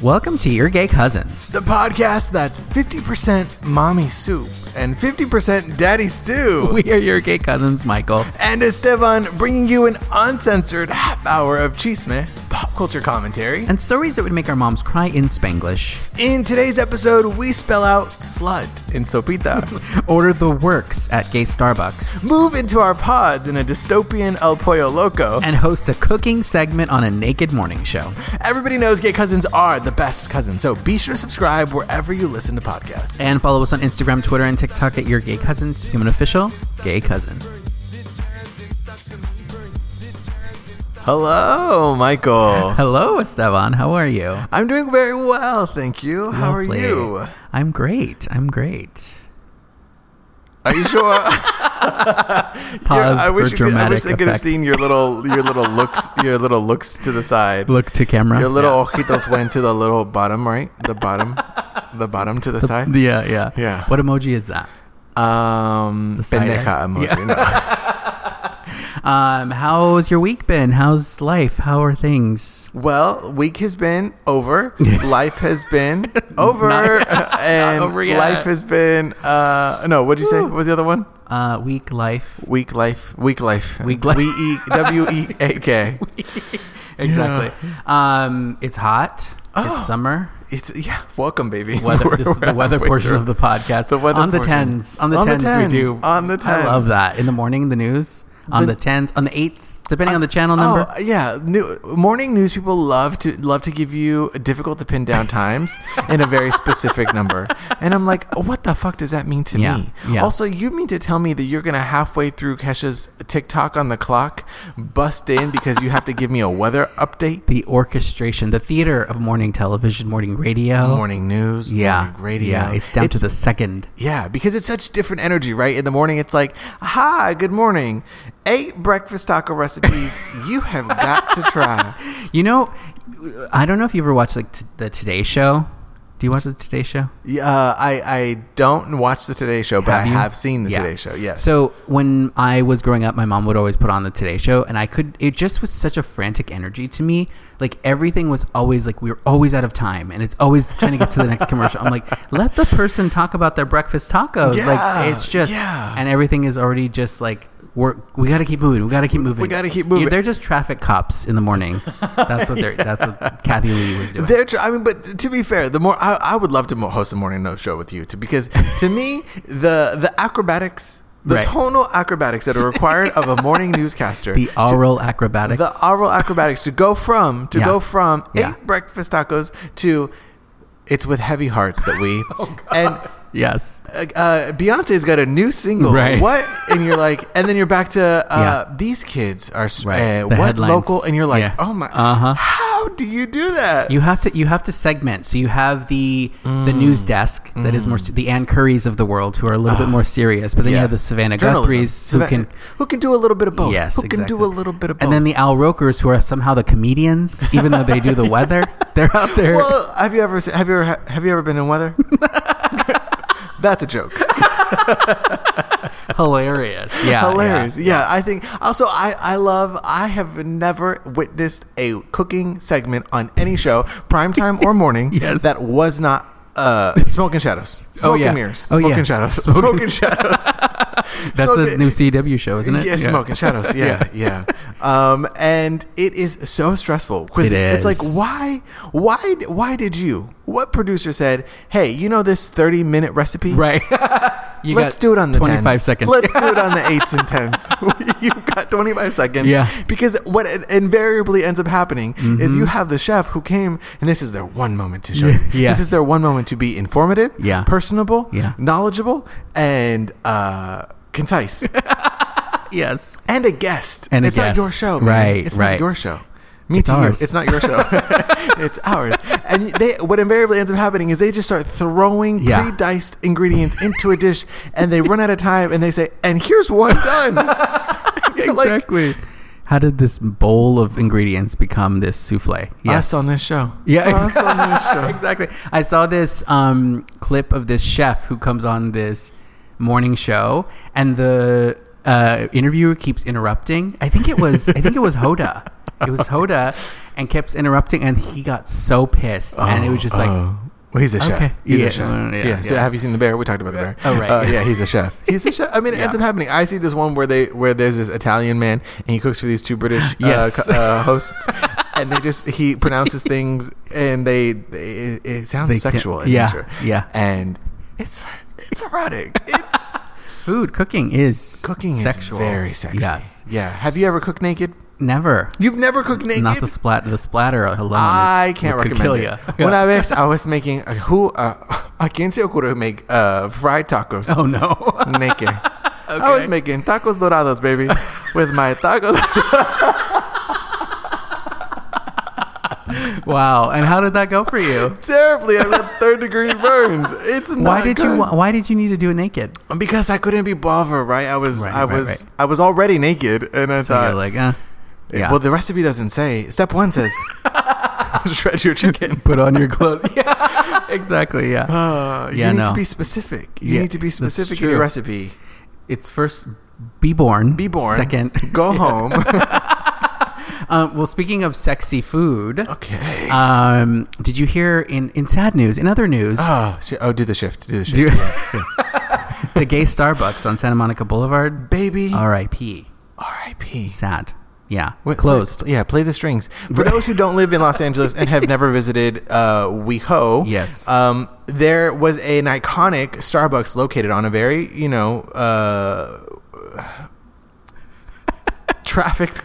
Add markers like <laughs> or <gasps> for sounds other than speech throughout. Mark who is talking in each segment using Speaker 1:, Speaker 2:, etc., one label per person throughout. Speaker 1: Welcome to Your Gay Cousins.
Speaker 2: The podcast that's 50% mommy soup and 50% daddy stew.
Speaker 1: <laughs> We are Your Gay Cousins, Michael.
Speaker 2: and Esteban bringing you an uncensored half hour of chisme, pop culture commentary.
Speaker 1: And stories that would make our moms cry in Spanglish.
Speaker 2: In today's episode, we spell out slut in sopita,
Speaker 1: Order the works at gay Starbucks.
Speaker 2: move into our pods in a dystopian El Pollo Loco.
Speaker 1: And host a cooking segment on a naked morning show.
Speaker 2: Everybody knows gay cousins are the best cousins, so be sure to subscribe wherever you listen to podcasts.
Speaker 1: And follow us on Instagram, Twitter, and TikTok at Your Gay Cousins, Human Official, Gay Cousin.
Speaker 2: Hello,
Speaker 1: <laughs>
Speaker 2: Michael.
Speaker 1: Hello, Esteban. How are you?
Speaker 2: I'm doing very well, thank you. How
Speaker 1: Lovely.
Speaker 2: are you?
Speaker 1: I'm great. I'm great.
Speaker 2: Are you sure?
Speaker 1: Pause
Speaker 2: I wish
Speaker 1: for
Speaker 2: you could, I
Speaker 1: dramatic
Speaker 2: wish they could have
Speaker 1: effect.
Speaker 2: seen your little your little looks your little looks to the side.
Speaker 1: Look to camera.
Speaker 2: Your little ojitos went to the little bottom, right? The bottom, the bottom to the side.
Speaker 1: Yeah, yeah.
Speaker 2: Yeah.
Speaker 1: What emoji is that?
Speaker 2: um,
Speaker 1: side,
Speaker 2: pendeja
Speaker 1: right?
Speaker 2: emoji.
Speaker 1: <laughs> Um, how's your week been? How's life? How are things?
Speaker 2: no. Well, week has been over. Life has
Speaker 1: <laughs>
Speaker 2: been over,
Speaker 1: Not-
Speaker 2: <laughs> and
Speaker 1: not over yet.
Speaker 2: life has been. Uh, no, what'd you say?
Speaker 1: Woo.
Speaker 2: What was the other one?
Speaker 1: Uh, week life.
Speaker 2: Week life. Week life.
Speaker 1: Week life.
Speaker 2: W e w e a
Speaker 1: <laughs>
Speaker 2: k.
Speaker 1: exactly. Um, it's hot. It's
Speaker 2: <laughs>
Speaker 1: summer.
Speaker 2: It's yeah. Welcome, baby.
Speaker 1: Weather,
Speaker 2: Oh. <laughs> We're-
Speaker 1: this is
Speaker 2: we're
Speaker 1: the weather
Speaker 2: halfway
Speaker 1: portion
Speaker 2: through.
Speaker 1: of the podcast.
Speaker 2: The weather
Speaker 1: on the
Speaker 2: portion.
Speaker 1: tens. On the
Speaker 2: On the
Speaker 1: tens, we do.
Speaker 2: 10s, on the
Speaker 1: I love
Speaker 2: 10s.
Speaker 1: that. In the morning, the news. On the,
Speaker 2: The-
Speaker 1: tens. On the eights, depending on the channel number.
Speaker 2: Oh yeah, new, morning news people love to love to give you difficult to pin down times and a very specific number. And I'm like, what the fuck does that mean to
Speaker 1: Yeah,
Speaker 2: me?
Speaker 1: yeah.
Speaker 2: Also, you mean to tell me that you're gonna halfway through Kesha's TikTok on the clock bust in because you have to give me a weather update?
Speaker 1: The orchestration, the theater of morning television, morning radio.
Speaker 2: Morning news,
Speaker 1: Yeah.
Speaker 2: morning radio.
Speaker 1: Yeah. It's down to the second.
Speaker 2: Yeah, because it's such different energy, right? In the morning, it's like, hi, good morning. Eight breakfast taco recipes you have got to try.
Speaker 1: You know, I don't know if you ever watched like t- the Today Show. Do you watch the Today Show?
Speaker 2: Yeah, uh, I I don't watch the Today Show, but I
Speaker 1: you?
Speaker 2: have seen the
Speaker 1: Yeah.
Speaker 2: Today Show. Yes.
Speaker 1: So when I was growing up, my mom would always put on the Today Show, and I could. It just was such a frantic energy to me. Like everything was always like we were always out of time, and it's always trying to get to the next commercial. I'm like, let the person talk about their breakfast tacos.
Speaker 2: Yeah,
Speaker 1: like it's just,
Speaker 2: yeah.
Speaker 1: and everything is already just like. We're, we gotta keep moving. We gotta keep moving.
Speaker 2: gotta keep
Speaker 1: You-
Speaker 2: moving.
Speaker 1: They're just traffic cops in the morning. That's what they're. That's
Speaker 2: <laughs>
Speaker 1: what Kathy Lee was doing.
Speaker 2: they're. tr- I mean, but to be fair, the more I, I would love to mo- host a morning no show with you, too, because to me the the acrobatics, the
Speaker 1: Right.
Speaker 2: tonal acrobatics that are required of a morning
Speaker 1: <laughs>
Speaker 2: newscaster,
Speaker 1: the aural acrobatics.
Speaker 2: the oral acrobatics to go from to
Speaker 1: Yeah.
Speaker 2: go from
Speaker 1: Yeah.
Speaker 2: eight breakfast tacos to it's with heavy hearts
Speaker 1: <laughs>
Speaker 2: that we
Speaker 1: Oh,
Speaker 2: and
Speaker 1: yes.
Speaker 2: uh, Beyonce's got a new single.
Speaker 1: Right.
Speaker 2: What? And you're like, and then you're back to uh,
Speaker 1: <laughs> Yeah.
Speaker 2: these kids are s-
Speaker 1: Right.
Speaker 2: uh,
Speaker 1: The
Speaker 2: what
Speaker 1: headlines.
Speaker 2: local? And you're like,
Speaker 1: Yeah.
Speaker 2: oh my,
Speaker 1: Uh-huh.
Speaker 2: how do you do that?
Speaker 1: You have to you have to segment. So you have the
Speaker 2: Mm.
Speaker 1: the news desk that is more se- the Ann Currys of the world who are a little bit more serious, but then you have the Savannah
Speaker 2: Ah. Journalism. oh.
Speaker 1: Guthrie's who
Speaker 2: Sava-
Speaker 1: can
Speaker 2: who can do a little bit of both.
Speaker 1: yes
Speaker 2: who can do
Speaker 1: exactly.
Speaker 2: a little bit of both.
Speaker 1: and then the Al Rokers who are somehow the comedians, even though they do the
Speaker 2: <laughs>
Speaker 1: weather. They're out there.
Speaker 2: well, have you ever se- have you ever ha- have you ever been
Speaker 1: <laughs>
Speaker 2: in weather? <laughs> That's a joke.
Speaker 1: hilarious. Yeah,
Speaker 2: hilarious.
Speaker 1: Yeah.
Speaker 2: Yeah, I think also I I love I have never witnessed a cooking segment on any show, primetime or
Speaker 1: <laughs>
Speaker 2: morning,
Speaker 1: Yes.
Speaker 2: that was not uh smoke and shadows. Smoke
Speaker 1: yeah.
Speaker 2: and mirrors.
Speaker 1: Oh,
Speaker 2: Smoke
Speaker 1: yeah.
Speaker 2: and shadows.
Speaker 1: Smoke
Speaker 2: Smoke,
Speaker 1: and-
Speaker 2: and shadows.
Speaker 1: <laughs> That's
Speaker 2: Smoke
Speaker 1: a new CW show, isn't it?
Speaker 2: <laughs> yeah, smoke and
Speaker 1: <laughs>
Speaker 2: shadows. Yeah, yeah. Um, and it is so stressful because
Speaker 1: It
Speaker 2: it's like,
Speaker 1: is.
Speaker 2: why, why, why did you? What producer said, "Hey, you know this thirty-minute recipe?
Speaker 1: Right. <laughs> You
Speaker 2: Let's
Speaker 1: got
Speaker 2: do it on the
Speaker 1: 25
Speaker 2: tens.
Speaker 1: seconds.
Speaker 2: Let's do it on the eights and tens. <laughs> you got 25 seconds.
Speaker 1: Yeah. Mm-hmm.
Speaker 2: Because what it invariably ends up happening is you have the chef who came, and this is their one moment to show
Speaker 1: Yeah.
Speaker 2: you.
Speaker 1: Yeah.
Speaker 2: This is their one moment to be informative,
Speaker 1: Yeah.
Speaker 2: personable,
Speaker 1: Yeah.
Speaker 2: knowledgeable, and uh, concise.
Speaker 1: <laughs> yes.
Speaker 2: and a guest.
Speaker 1: And a
Speaker 2: it's not your
Speaker 1: guest.
Speaker 2: show, man.
Speaker 1: Right,
Speaker 2: It's
Speaker 1: right.
Speaker 2: not your show. Me
Speaker 1: It's
Speaker 2: to
Speaker 1: ours.
Speaker 2: you. It's not your show. <laughs> it's ours. And they, what invariably ends up happening is they just start throwing
Speaker 1: Yeah.
Speaker 2: pre-diced ingredients into a dish, and they run out of time, and they say, "And here's one done." <laughs> You're <laughs> like,
Speaker 1: Exactly. How did this bowl of ingredients become this souffle?
Speaker 2: Us on this show.
Speaker 1: Yeah,
Speaker 2: Us on
Speaker 1: <laughs>
Speaker 2: this show.
Speaker 1: exactly. I saw this um, clip of this chef who comes on this morning show, and the uh, interviewer keeps interrupting. I think it was I think it was Hoda. It was Hoda, and kept interrupting, and he got so pissed, and it was just like,
Speaker 2: oh. Well, he's a chef.
Speaker 1: Okay.
Speaker 2: He's
Speaker 1: Yeah,
Speaker 2: a chef.
Speaker 1: uh,
Speaker 2: yeah,
Speaker 1: yeah,
Speaker 2: So
Speaker 1: yeah.
Speaker 2: have you seen the bear? We talked about the bear.
Speaker 1: Oh, right.
Speaker 2: Uh, yeah, he's
Speaker 1: <laughs>
Speaker 2: a chef. He's a chef. I mean, it ends up happening. I see this one where they where there's this Italian man and he cooks for these two British uh,
Speaker 1: Yes.
Speaker 2: co- uh,
Speaker 1: <laughs>
Speaker 2: hosts, and they just he pronounces things and they, they it, it sounds
Speaker 1: They can't-
Speaker 2: sexual in
Speaker 1: yeah,
Speaker 2: nature.
Speaker 1: yeah.
Speaker 2: And it's it's erotic.
Speaker 1: <laughs>
Speaker 2: It's
Speaker 1: food cooking is
Speaker 2: cooking
Speaker 1: sexual.
Speaker 2: is very sexy.
Speaker 1: Yes,
Speaker 2: Yeah. Have you ever cooked naked?
Speaker 1: never.
Speaker 2: You've never cooked naked.
Speaker 1: Not the splat. The splatter alone.
Speaker 2: I
Speaker 1: is,
Speaker 2: can't
Speaker 1: could
Speaker 2: recommend
Speaker 1: kill
Speaker 2: it.
Speaker 1: ya. <laughs>
Speaker 2: When I was, I was making a, who uh, <laughs> a quien se ocurre make uh, fried tacos
Speaker 1: oh no. <laughs>
Speaker 2: <laughs> naked. I was making tacos dorados, baby, with my tacos. <laughs>
Speaker 1: wow. And how did that go for you?
Speaker 2: Terribly, I got third degree burns. It's <laughs> not
Speaker 1: Why did you?
Speaker 2: good.
Speaker 1: Why did you need to do it naked?
Speaker 2: Because I couldn't be bothered, right? I was,
Speaker 1: Right,
Speaker 2: I
Speaker 1: right,
Speaker 2: was,
Speaker 1: right.
Speaker 2: I was already naked, and I
Speaker 1: So
Speaker 2: thought,
Speaker 1: you're like, uh, yeah.
Speaker 2: well, the recipe doesn't say. Step one says, <laughs> shred your
Speaker 1: <laughs> <laughs>
Speaker 2: chicken.
Speaker 1: put on your clothes. yeah. <laughs> Exactly. Yeah.
Speaker 2: Uh,
Speaker 1: Yeah,
Speaker 2: you need
Speaker 1: no.
Speaker 2: to be specific. You
Speaker 1: Yeah,
Speaker 2: need to be
Speaker 1: that's
Speaker 2: specific in your
Speaker 1: true.
Speaker 2: recipe.
Speaker 1: it's first be born.
Speaker 2: Be born.
Speaker 1: Second. <laughs>
Speaker 2: Go home.
Speaker 1: Um, well, speaking of sexy food.
Speaker 2: Okay.
Speaker 1: Um, did you hear in, in sad news, in other news,
Speaker 2: oh, sh- oh, do the shift. Do the shift.
Speaker 1: do- <laughs> the gay Starbucks on Santa Monica Boulevard?
Speaker 2: Baby.
Speaker 1: R.I.P.
Speaker 2: R.I.P.
Speaker 1: Sad. Yeah.
Speaker 2: Wait,
Speaker 1: Closed.
Speaker 2: play- yeah, play the
Speaker 1: <laughs>
Speaker 2: strings. For those who don't live in Los Angeles and have never visited uh, WeHo,
Speaker 1: Yes.
Speaker 2: um, there was an iconic Starbucks located on a very, you know, uh, trafficked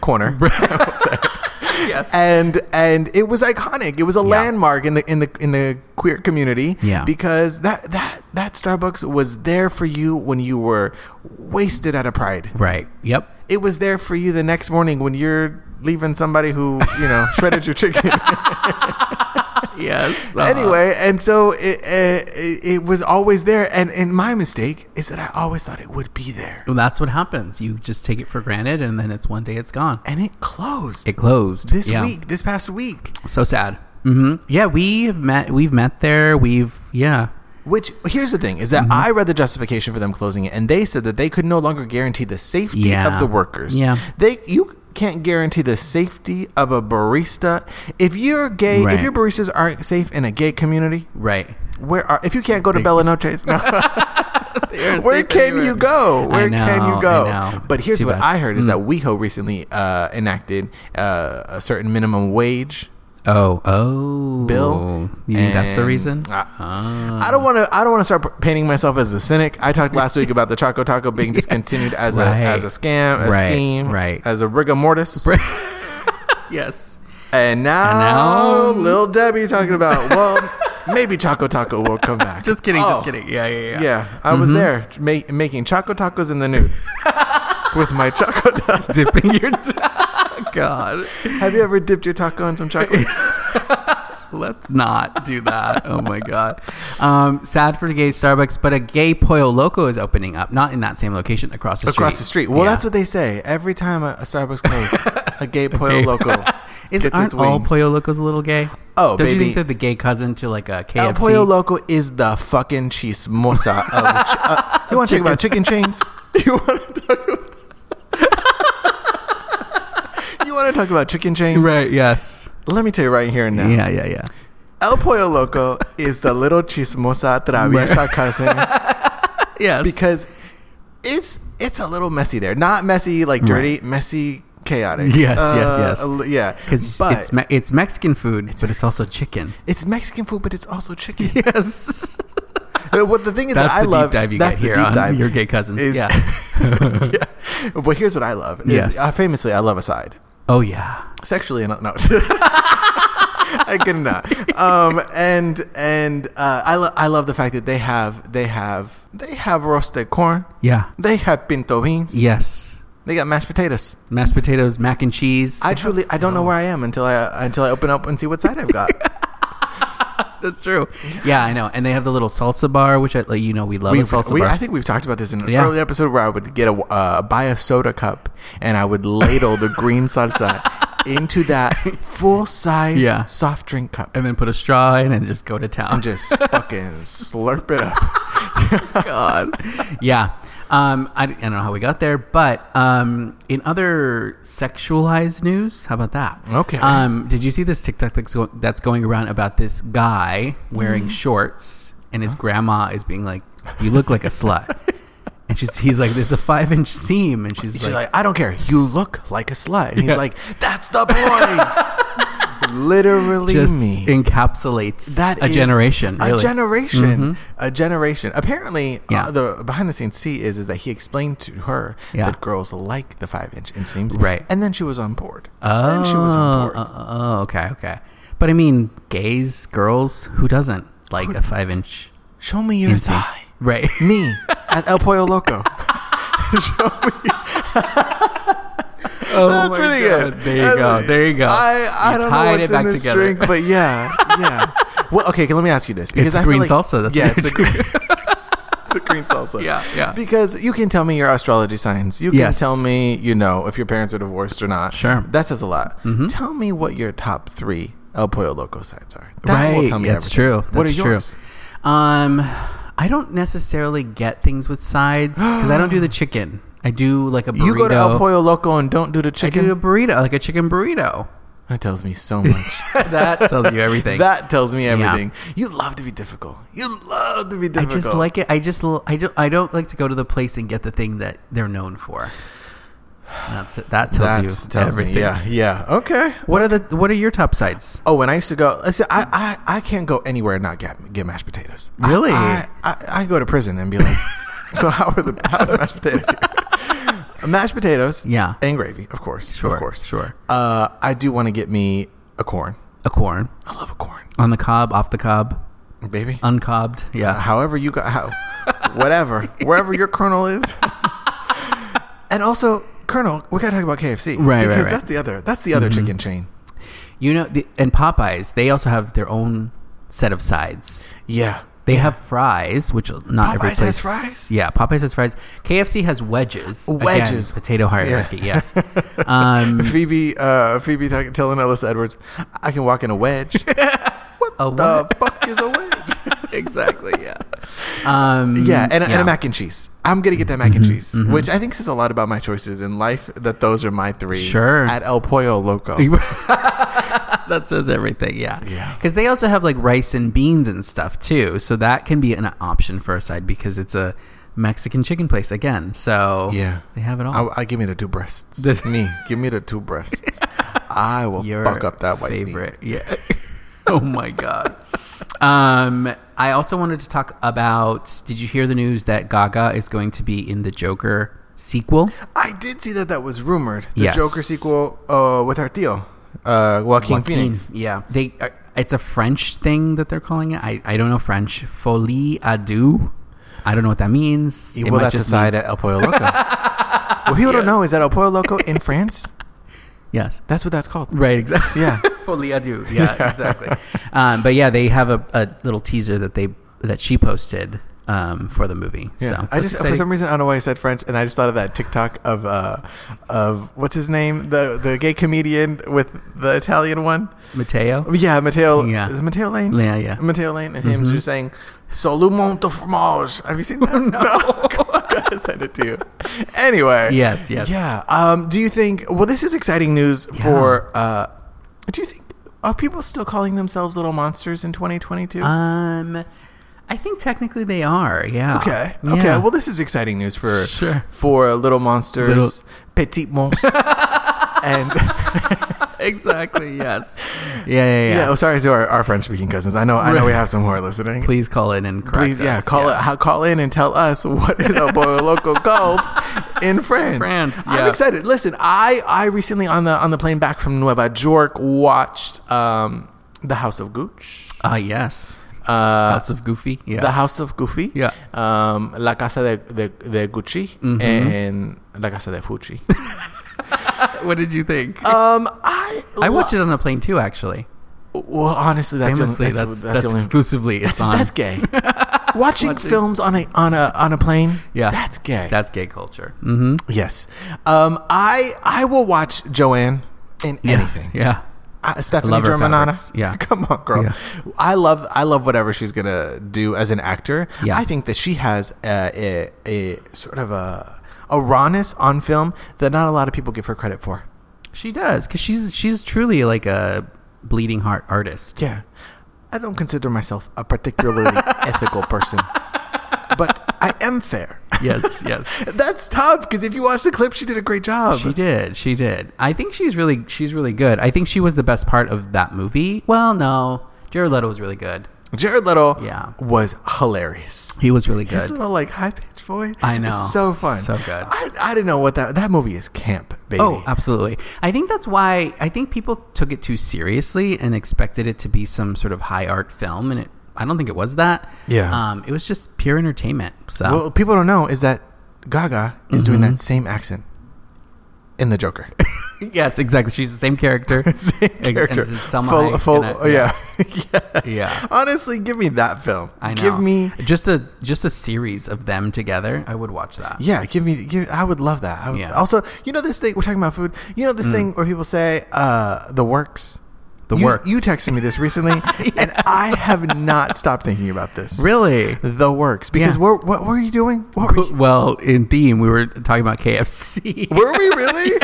Speaker 1: <laughs>
Speaker 2: corner.
Speaker 1: yes.
Speaker 2: and and it was iconic. It was a landmark in the in the in the queer community.
Speaker 1: Yeah.
Speaker 2: because that that that Starbucks was there for you when you were wasted at a pride.
Speaker 1: right. Yep.
Speaker 2: It was there for you the next morning when you're leaving somebody who you know shredded your
Speaker 1: <laughs>
Speaker 2: chicken.
Speaker 1: Uh-huh. Yes.
Speaker 2: <laughs>
Speaker 1: uh-huh.
Speaker 2: anyway, and so it, uh, it it was always there. And and my mistake is that I always thought it would be there,
Speaker 1: Well, that's what happens. You just take it for granted, and then it's one day it's gone.
Speaker 2: and it closed
Speaker 1: It closed
Speaker 2: this
Speaker 1: Yeah.
Speaker 2: week, this past week.
Speaker 1: So sad. hmm Yeah, we've met. We've met there. We've yeah.
Speaker 2: Which here's the thing is
Speaker 1: Mm-hmm.
Speaker 2: that I read the justification for them closing it, and they said that they could no longer guarantee the safety
Speaker 1: Yeah.
Speaker 2: of the workers.
Speaker 1: Yeah.
Speaker 2: they you can't guarantee the safety of a barista if you're gay.
Speaker 1: Right.
Speaker 2: If your baristas aren't safe in a gay community,
Speaker 1: Right.
Speaker 2: where are if you can't go to Bella Noche's? No. <laughs> Where can you go?
Speaker 1: I
Speaker 2: Where can
Speaker 1: know,
Speaker 2: you
Speaker 1: I
Speaker 2: go?
Speaker 1: know.
Speaker 2: But
Speaker 1: It's
Speaker 2: here's
Speaker 1: too
Speaker 2: what
Speaker 1: bad. Hmm.
Speaker 2: I heard is that WeHo recently uh, enacted uh, a certain minimum wage
Speaker 1: Oh, oh,
Speaker 2: bill.
Speaker 1: You think that's the
Speaker 2: and Ah.
Speaker 1: reason?
Speaker 2: I, I don't want to. I don't want to start painting myself as a cynic. I talked last week about the Choco
Speaker 1: <laughs>
Speaker 2: Taco being discontinued as
Speaker 1: Right.
Speaker 2: a as a scam, a
Speaker 1: Right,
Speaker 2: scheme,
Speaker 1: right.
Speaker 2: as a rigor mortis.
Speaker 1: yes.
Speaker 2: And now,
Speaker 1: now-
Speaker 2: Lil Debbie talking about
Speaker 1: <laughs>
Speaker 2: well, maybe Choco Taco will come back.
Speaker 1: Just kidding.
Speaker 2: Oh,
Speaker 1: Just kidding. Yeah, yeah, yeah.
Speaker 2: Yeah, I
Speaker 1: Mm-hmm.
Speaker 2: was there ma- making Choco Tacos in the nude with my Choco Taco.
Speaker 1: <laughs> Dipping your <laughs> God.
Speaker 2: Have you ever dipped your taco in some chocolate?
Speaker 1: Let's not do that. Oh my god. Um, sad for gay Starbucks, but a gay Pollo Loco is opening up. Not in that same location. Across the street.
Speaker 2: Across the street. Well,
Speaker 1: Yeah.
Speaker 2: that's what they say every time a, a Starbucks closes. A gay Pollo
Speaker 1: gay- <laughs>
Speaker 2: Loco
Speaker 1: Is
Speaker 2: gets
Speaker 1: aren't
Speaker 2: its
Speaker 1: all
Speaker 2: wings.
Speaker 1: Pollo Locos a little gay?
Speaker 2: Oh,
Speaker 1: Don't you
Speaker 2: baby.
Speaker 1: think they're the gay cousin to like a KFC?
Speaker 2: El Pollo Loco is the fucking chismosa of. Ch- uh, you want to talk about chicken chains? You want to talk about. <laughs> You want to talk about chicken chains?
Speaker 1: Right. Yes.
Speaker 2: Let me tell you right here and now.
Speaker 1: Yeah. Yeah. Yeah.
Speaker 2: El Pollo Loco is the little chismosa traviesa cousin
Speaker 1: Yes.
Speaker 2: because it's it's a little messy there. Not messy like dirty, messy chaotic.
Speaker 1: <laughs>
Speaker 2: Uh,
Speaker 1: Yes, yes, yes.
Speaker 2: a li- Yeah.
Speaker 1: because
Speaker 2: but
Speaker 1: it's me- it's Mexican food, but it's also
Speaker 2: <laughs>
Speaker 1: chicken.
Speaker 2: it's Mexican food, but it's
Speaker 1: <laughs>
Speaker 2: also chicken.
Speaker 1: Yes.
Speaker 2: Uh, What the thing is
Speaker 1: That's
Speaker 2: that I
Speaker 1: the deep
Speaker 2: love
Speaker 1: dive you
Speaker 2: that's
Speaker 1: get
Speaker 2: the
Speaker 1: here
Speaker 2: deep
Speaker 1: on
Speaker 2: dive
Speaker 1: your gay cousins.
Speaker 2: is-
Speaker 1: Yeah.
Speaker 2: <laughs>
Speaker 1: <laughs>
Speaker 2: yeah. But here's what I love. Is,
Speaker 1: Yes.
Speaker 2: uh, famously, I love a side.
Speaker 1: Oh yeah.
Speaker 2: Sexually, and no. <laughs> I cannot. Um, and and uh, I lo- I love the fact that they have they have they have roasted corn.
Speaker 1: Yeah.
Speaker 2: They have pinto beans.
Speaker 1: Yes.
Speaker 2: They got mashed potatoes.
Speaker 1: Mashed potatoes, mac and cheese.
Speaker 2: I truly I don't know where I am until I until I open up and see what side
Speaker 1: <laughs>
Speaker 2: I've got.
Speaker 1: <laughs> That's true. Yeah, I know. And they have the little salsa bar, which I, like, you know we love a
Speaker 2: We've-
Speaker 1: salsa
Speaker 2: we-
Speaker 1: bar.
Speaker 2: I think we've talked about this in an
Speaker 1: Yeah.
Speaker 2: early episode where I would get a uh, buy a soda cup and I would ladle the green
Speaker 1: <laughs>
Speaker 2: salsa into that full size
Speaker 1: Yeah.
Speaker 2: soft drink cup
Speaker 1: and then put a straw in and just go to town. <laughs>
Speaker 2: and just fucking slurp it up.
Speaker 1: God. Yeah. Um, I, I don't know how we got there, but um, in other sexualized news, how about that?
Speaker 2: Okay.
Speaker 1: Um, did you see this TikTok that's, go- that's going around about this guy wearing
Speaker 2: Mm-hmm.
Speaker 1: shorts and his grandma is being like, "You look like a
Speaker 2: <laughs>
Speaker 1: slut," and she's he's like, "It's a five inch seam," and she's,
Speaker 2: She's
Speaker 1: like,
Speaker 2: like, I don't care. You look like a slut.
Speaker 1: Yeah.
Speaker 2: And he's like, that's the point.
Speaker 1: <laughs>
Speaker 2: Literally
Speaker 1: just
Speaker 2: me.
Speaker 1: encapsulates
Speaker 2: That
Speaker 1: a
Speaker 2: is
Speaker 1: generation.
Speaker 2: A
Speaker 1: Really. Mm-hmm.
Speaker 2: generation. A generation. Apparently,
Speaker 1: Yeah.
Speaker 2: uh, the behind the scenes C is is that he explained to her
Speaker 1: Yeah.
Speaker 2: that girls like the five inch inseams.
Speaker 1: Right.
Speaker 2: And then she was on board.
Speaker 1: Oh,
Speaker 2: Then she was on board.
Speaker 1: oh, oh, okay, okay. But I mean, gays, girls, who doesn't like a five inch
Speaker 2: Show me your
Speaker 1: inseam?
Speaker 2: thigh.
Speaker 1: Right.
Speaker 2: Me at El Pollo
Speaker 1: <laughs>
Speaker 2: Loco. <laughs>
Speaker 1: Oh
Speaker 2: That's
Speaker 1: my
Speaker 2: really
Speaker 1: God.
Speaker 2: good.
Speaker 1: There you
Speaker 2: That's-
Speaker 1: go. There you go.
Speaker 2: I, I
Speaker 1: You
Speaker 2: don't know
Speaker 1: tied
Speaker 2: what's
Speaker 1: it back
Speaker 2: in this
Speaker 1: together.
Speaker 2: drink, but yeah,
Speaker 1: <laughs>
Speaker 2: yeah. Well, okay, let me ask you this because
Speaker 1: It's
Speaker 2: I feel
Speaker 1: green
Speaker 2: like-
Speaker 1: salsa, that's
Speaker 2: yeah,
Speaker 1: what
Speaker 2: it's a
Speaker 1: it
Speaker 2: green, <laughs> it's a green
Speaker 1: <laughs>
Speaker 2: salsa.
Speaker 1: Yeah, yeah.
Speaker 2: Because you can tell me your astrology signs. You can
Speaker 1: Yes.
Speaker 2: tell me, you know, if your parents are divorced or not.
Speaker 1: Sure. Mm-hmm.
Speaker 2: that says a lot. Tell me what your top three El Pollo Loco signs are.
Speaker 1: <laughs>
Speaker 2: That
Speaker 1: right.
Speaker 2: will tell me
Speaker 1: That's
Speaker 2: everything.
Speaker 1: true.
Speaker 2: What are
Speaker 1: That's true.
Speaker 2: yours?
Speaker 1: Um, I don't necessarily get things with sides because I don't
Speaker 2: <gasps>
Speaker 1: do the chicken. I do like a burrito.
Speaker 2: You go to El Pollo Loco and don't do the
Speaker 1: I
Speaker 2: chicken.
Speaker 1: do a burrito, like a chicken burrito.
Speaker 2: that tells me so
Speaker 1: <laughs>
Speaker 2: much. <laughs>
Speaker 1: That tells you everything.
Speaker 2: That tells me everything. You love to be difficult. You love to be
Speaker 1: I
Speaker 2: difficult.
Speaker 1: just like it. I just l- I don't I don't like to go to the place and get the thing that they're known for. That's it. That tells
Speaker 2: That's-
Speaker 1: you
Speaker 2: tells me.
Speaker 1: everything.
Speaker 2: Yeah, yeah. Okay.
Speaker 1: What are the What are your top sides?
Speaker 2: Oh, when I used to go, I said, I, I, I can't go anywhere and not get get mashed potatoes. I-
Speaker 1: Really?
Speaker 2: I, I, I go to prison and be like, <laughs> so how are the how are the mashed potatoes <laughs> here? mashed potatoes.
Speaker 1: Yeah.
Speaker 2: And gravy, of course.
Speaker 1: Sure,
Speaker 2: Of course.
Speaker 1: sure.
Speaker 2: Uh, I do want to get me a corn.
Speaker 1: A corn
Speaker 2: I love a corn,
Speaker 1: on the cob, off the cob,
Speaker 2: baby.
Speaker 1: uncobbed. Yeah.
Speaker 2: Uh, however you got how whatever wherever your colonel is and also colonel we gotta talk about kfc
Speaker 1: Right, right, right.
Speaker 2: because
Speaker 1: Mm-hmm.
Speaker 2: that's the other that's the other chicken chain
Speaker 1: You know, the, and Popeyes they also have their own set of sides.
Speaker 2: yeah
Speaker 1: They have fries, which not every
Speaker 2: Popeyes has
Speaker 1: place.
Speaker 2: fries?
Speaker 1: Yeah, Popeyes has fries. KFC has wedges. Again,
Speaker 2: Wedges.
Speaker 1: potato hierarchy.
Speaker 2: <laughs>
Speaker 1: Yes. Um,
Speaker 2: <laughs> phoebe uh phoebe talking, telling ellis edwards i can walk in a
Speaker 1: <laughs>
Speaker 2: wedge what
Speaker 1: A
Speaker 2: the <laughs>
Speaker 1: what?
Speaker 2: fuck is a wedge
Speaker 1: exactly. Yeah. <laughs> Um,
Speaker 2: yeah and, a and a mac and cheese i'm gonna get that mac and
Speaker 1: Mm-hmm,
Speaker 2: cheese which i think says a lot about my choices in life that those are my three
Speaker 1: Sure.
Speaker 2: at el pollo loco
Speaker 1: <laughs> that says everything. Yeah.
Speaker 2: Yeah.
Speaker 1: Because they also have like rice and beans and stuff too, so that can be an option for a side because it's a Mexican chicken place again. So
Speaker 2: Yeah.
Speaker 1: they have it all.
Speaker 2: I, I give me the two breasts.
Speaker 1: Oh. This-
Speaker 2: me, give me the two breasts.
Speaker 1: <laughs>
Speaker 2: I will
Speaker 1: Your
Speaker 2: fuck up that white meat.
Speaker 1: favorite. Yeah. <laughs> oh my god. Um, I also wanted to talk about. Did you hear the news that Gaga is going to be in the Joker sequel?
Speaker 2: I did see that that was rumored. The
Speaker 1: Yes.
Speaker 2: Joker sequel uh, with our Theo, uh, Joaquin, Phoenix.
Speaker 1: Yeah, they. Are, it's a French thing that they're calling it. I, I don't know French. Folie à deux. I don't know what that means. It
Speaker 2: well,
Speaker 1: might
Speaker 2: that's a
Speaker 1: just mean-
Speaker 2: side at El Pollo <laughs> Loco. what people don't know is that El Pollo Loco in France,
Speaker 1: Yes.
Speaker 2: that's what that's called.
Speaker 1: Right. Exactly.
Speaker 2: <laughs> Yeah.
Speaker 1: <laughs> Folie à deux. Yeah.
Speaker 2: <laughs>
Speaker 1: Exactly. Um, but yeah, they have a, a little teaser that they that she posted um, for the movie.
Speaker 2: Yeah.
Speaker 1: So
Speaker 2: I just for some
Speaker 1: reason.
Speaker 2: reason I don't know why I said French, and I just thought of that TikTok of uh, of what's his name, the the gay comedian with the Italian one.
Speaker 1: Mateo.
Speaker 2: Yeah, Mateo.
Speaker 1: Yeah.
Speaker 2: Is it Mateo Lane? Mm-hmm.
Speaker 1: Yeah, yeah.
Speaker 2: Mateo Lane and him just saying, Solumon de fromage. Have you seen that? <laughs> <laughs> no. gotta send it to you. Anyway.
Speaker 1: Yes, yes.
Speaker 2: Yeah. Um, do you think, well, this is exciting news for, uh, do you think, are people still calling themselves little monsters in
Speaker 1: <laughs>
Speaker 2: 2022?
Speaker 1: Um, I think technically they are. Yeah.
Speaker 2: okay.
Speaker 1: Yeah. <laughs>
Speaker 2: Okay. Well, this is exciting news for,
Speaker 1: Sure.
Speaker 2: for little monsters,
Speaker 1: Little-
Speaker 2: petit monstres.
Speaker 1: <laughs>
Speaker 2: and
Speaker 1: exactly. Yes. Yeah. Yeah. Yeah.
Speaker 2: yeah. oh, sorry to our, our French speaking cousins. I know, I know we have some who are listening.
Speaker 1: Please call in and correct
Speaker 2: Please, yeah,
Speaker 1: us.
Speaker 2: call it. Call in and tell us <laughs> what is a boy local called in France.
Speaker 1: France,
Speaker 2: I'm
Speaker 1: yeah.
Speaker 2: excited. Listen, I I recently on the on the plane back from Nueva York watched um the House of Gooch,
Speaker 1: Ah, yes.
Speaker 2: uh,
Speaker 1: House of Goofy. Yeah.
Speaker 2: the House of Goofy,
Speaker 1: Yeah. Mm-hmm.
Speaker 2: um La Casa de de, de Gucci and La Casa de Fucci. <laughs>
Speaker 1: <laughs> what did you think?
Speaker 2: um, I
Speaker 1: I watched it on a plane too, actually.
Speaker 2: Well, honestly, that's the only-
Speaker 1: Famously, that's that's,
Speaker 2: that's, that's the only.
Speaker 1: exclusively it's
Speaker 2: <laughs> That's,
Speaker 1: on.
Speaker 2: that's gay.
Speaker 1: <laughs>
Speaker 2: Watching,
Speaker 1: Watching-
Speaker 2: films on a on a on a plane,
Speaker 1: Yeah.
Speaker 2: that's gay.
Speaker 1: That's gay culture. Mm-hmm.
Speaker 2: Yes. Um, I I will watch Joanne in anything.
Speaker 1: Yeah.
Speaker 2: I, Stephanie
Speaker 1: love her
Speaker 2: Germanana.
Speaker 1: fabrics. Yeah.
Speaker 2: <laughs> come on, girl.
Speaker 1: Yeah.
Speaker 2: I love I love whatever she's gonna do as an actor.
Speaker 1: Yeah.
Speaker 2: I think that she has a, a, a sort of a a rawness on film that not a lot of people give her credit for.
Speaker 1: She does because she's she's truly like a bleeding heart artist.
Speaker 2: Yeah, I don't consider myself a particularly
Speaker 1: <laughs>
Speaker 2: ethical person, but I am fair. <laughs>
Speaker 1: Yes, <laughs> yes.
Speaker 2: That's tough because if you watch the clip, she did a great job.
Speaker 1: She did. She did. I think she's really she's really good. I think she was the best part of that movie. Well, no, Jared Leto was really good.
Speaker 2: Jared Leto
Speaker 1: Yeah.
Speaker 2: was hilarious.
Speaker 1: He was really
Speaker 2: His
Speaker 1: good.
Speaker 2: little like high pitched voice.
Speaker 1: I know.
Speaker 2: It's so fun.
Speaker 1: So good.
Speaker 2: I, I don't know what that that movie is camp, baby.
Speaker 1: Oh, absolutely. I think that's why I think people took it too seriously and expected it to be some sort of high art film, and it, I don't think it was that.
Speaker 2: Yeah.
Speaker 1: Um, it was just pure entertainment. So
Speaker 2: What people don't know is that Gaga is doing
Speaker 1: Mm-hmm.
Speaker 2: that same accent in the Joker.
Speaker 1: <laughs>
Speaker 2: <laughs>
Speaker 1: yes, exactly. She's the same character.
Speaker 2: same
Speaker 1: and
Speaker 2: character.
Speaker 1: it's Salma
Speaker 2: Full-
Speaker 1: Hayek
Speaker 2: full-
Speaker 1: in it,
Speaker 2: yeah. <laughs> yeah.
Speaker 1: Yeah.
Speaker 2: Honestly, give me that film.
Speaker 1: I know.
Speaker 2: Give me
Speaker 1: just a just a series of them together. I would watch that.
Speaker 2: Yeah, give me. Give, I would love that. I would-
Speaker 1: Yeah. Mm.
Speaker 2: Also, you know this thing we're talking about food. You know this thing where people say uh, the works.
Speaker 1: The
Speaker 2: You-
Speaker 1: works.
Speaker 2: You texted me this recently,
Speaker 1: <laughs>
Speaker 2: and I have not stopped thinking about this.
Speaker 1: Really?
Speaker 2: The works because
Speaker 1: Yeah.
Speaker 2: we're, what were you doing? What were, you,
Speaker 1: Well, in theme, we were talking about KFC.
Speaker 2: <laughs> were we really?